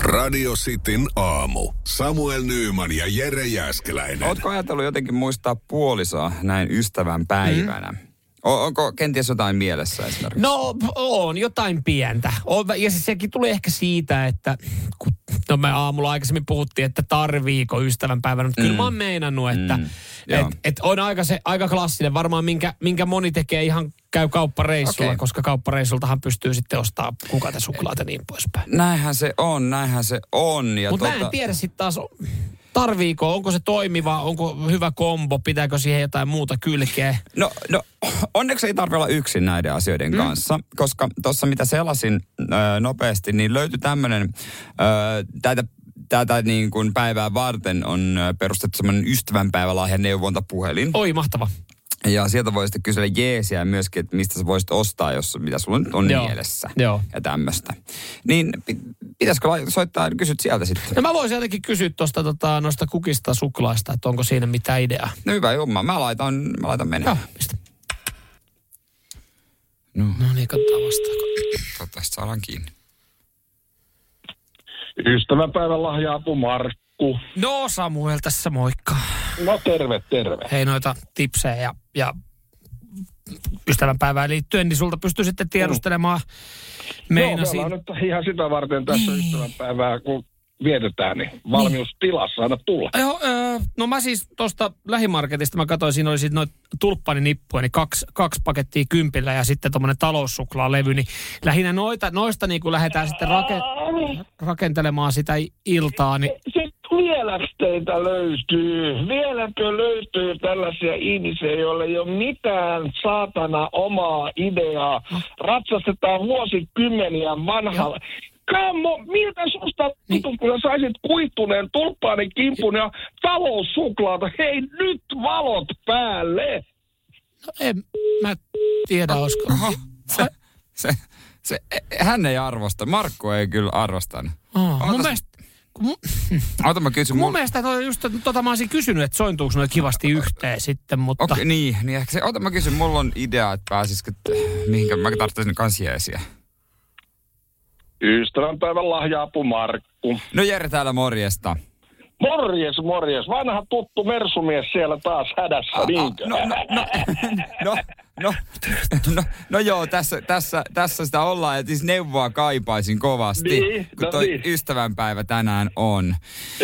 Radio Cityn aamu. Samuel Nyyman ja Jere Jäskeläinen. Ootko ajatellut jotenkin muistaa puolisoa näin ystävän päivänä? Mm. Onko kenties jotain mielessä esimerkiksi? No p- on jotain pientä. On, ja siis sekin tulee ehkä siitä, että kun no me aamulla aikaisemmin puhuttiin, että tarviiko ystävänpäivänä, mutta mm. kyllä mä oon meinannut, että mm. et, Joo. et on aika, se, aika klassinen varmaan, minkä, minkä moni tekee ihan käy kauppareissulla, Okei. okay. koska kauppareissultahan pystyy sitten ostaa kukaita suklaata ja niin poispäin. Näinhän se on, näinhän se on. Ja tota- Mutta mä en tiedä sitten taas, tarviiko, onko se toimiva, onko hyvä kombo, pitääkö siihen jotain muuta kylkeä. No, no onneksi ei tarvitse olla yksin näiden asioiden mm. kanssa, koska tuossa mitä selasin ö, nopeasti, niin löytyi tämmöinen, tätä, tätä niin kuin päivää varten on ö, perustettu semmoinen ystävänpäivälahjan neuvontapuhelin. Oi, mahtava. Ja sieltä voi sitten kysellä jeesiä myöskin, että mistä sä voisit ostaa, jos mitä sulla nyt on Joo. mielessä Joo. ja tämmöistä. Niin pi- pitäisikö lai- soittaa, kysyt sieltä sitten. No mä voisin jotenkin kysyä tuosta tota, noista kukista suklaista, että onko siinä mitään ideaa. No hyvä jumma, mä laitan, mä laitan Joo, menemään. pistä. No, No niin, katsotaan vastaako. toivottavasti saadaan kiinni. Ystävänpäivän lahjaapu Markku. No Samuel tässä moikka. No terve, terve. Hei noita tipsejä ja, ja ystävänpäivään liittyen, niin sulta pystyy sitten tiedustelemaan Joo, meinasin. me ollaan nyt ihan sitä varten tässä Niin. ystävänpäivää, kun vietetään, niin valmiustilassa aina tulla. Joo, öö, no mä siis tuosta lähimarketista, mä katsoin, siinä oli sitten noita tulppaninippuja, niin kaksi, kaksi pakettia kympillä ja sitten tuommoinen taloussuklaalevy, niin lähinnä noita, noista niin kun lähdetään sitten rake, rakentelemaan sitä iltaa, niin Sitten vieläkö teitä löytyy? Vieläkö löytyy tällaisia ihmisiä, joille ei ole mitään saatana omaa ideaa? Ratsastetaan vuosikymmeniä vanhalla. Kammo, miltä susta tuntuu, kun sä saisit kuittuneen tulppaanin kimpun ja taloussuklaata? Hei, nyt valot päälle! no en mä tiedä, olisiko. Oho, se, se, se, e, hän ei arvosta. Markku ei kyllä arvostanut. Oh, mun Ootas- mielestä, kun mun, Ota mä kysyn. Mun, mul- mun mielestä toi just, tota mä olisin kysynyt, että sointuuko noi kivasti yhteen sitten, mutta... Okei, niin, niin ehkä se, ota mä kysyn, mulla on idea, että pääsisikö, mihinkä mä tarvitsin kans jeesiä. Ystävänpäivän lahjaapu Markku. No Jere täällä morjesta. Morjes, morjes. Vanha tuttu mersumies siellä taas hädässä, niinkö? No, no, no, no, no, no, no joo, tässä, tässä, tässä sitä ollaan, että siis neuvoa kaipaisin kovasti, Niin, kun no toi niin. ystävänpäivä tänään on.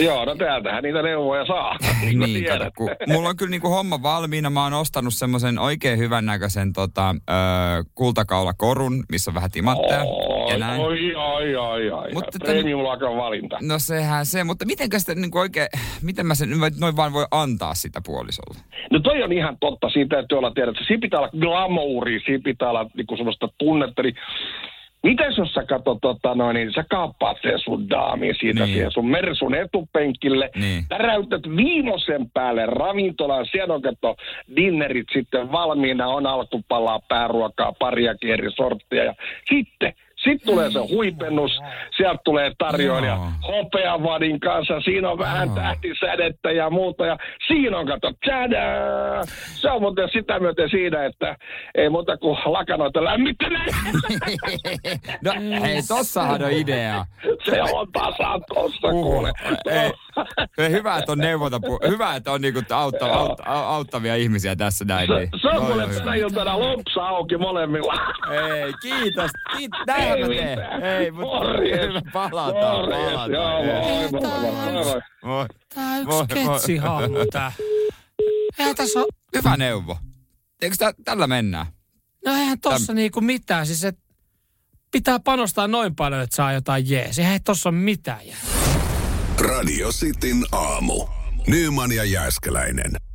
Joo, no täältähän niitä neuvoja saa. Niin, kuin niin, kato, tiedät. kun mulla on kyllä niinku homma valmiina. Mä oon ostanut semmoisen oikein hyvän näköisen tota, ö, kultakaulakorun, missä on vähän timantteja ja Oi, näin. oi, oi, oi, oi. Mutta tän- Premium-luokan valinta. No sehän se, mutta mitenkä sitä niinku oikein, miten mä sen noin vaan voi antaa sitä puolisolle? No toi on ihan totta, siitä täytyy olla tiedä, että siinä pitää olla glamouri, siinä pitää olla niinku semmoista tunnetta, niin Mitäs jos sä katsot, tota noin, niin sä kaappaat sen sun daamiin siitä Niin. niin. siihen sun mersun etupenkille, Niin. täräytät viimosen päälle ravintolaan, siellä on kato dinnerit sitten valmiina, on alkupalaa, pääruokaa, pariakin eri sorttia ja sitten sitten tulee se huipennus, sieltä tulee tarjoilija Niin. Joo. hopeavadin kanssa, siinä on vähän Joo. tähtisädettä ja muuta, ja siinä on, kato, tjadaa! Se on muuten sitä myöten siinä, että ei muuta kuin lakanoita lämmittelee. No hei, tossahan on idea. Se on tasan tossa, Uhu, kuule. ei, ei, hyvä, että on neuvota, hyvä, että on niinku autta, autta, au- auttavia ihmisiä tässä näin. Se, Niin. se on Toi mulle hyvä. tänä iltana lompsa auki molemmilla. Ei, kiitos. Kiitos. Näin mä teen. Ei, mutta Morjes. hyvä, palataan, Morjes. palataan. Joo, Ei, moi, moi, moi, moi, moi. Moi. Tää on Voi, yksi sketsihahmo tää. Eihän tässä on, Hyvä neuvo. Eikö tä, tällä mennään? no eihän tossa niinku mitään, siis et pitää panostaa noin paljon, että saa jotain jees. Eihän tossa ole mitään jees. Radio Cityn aamu. Nyyman ja Jäskeläinen.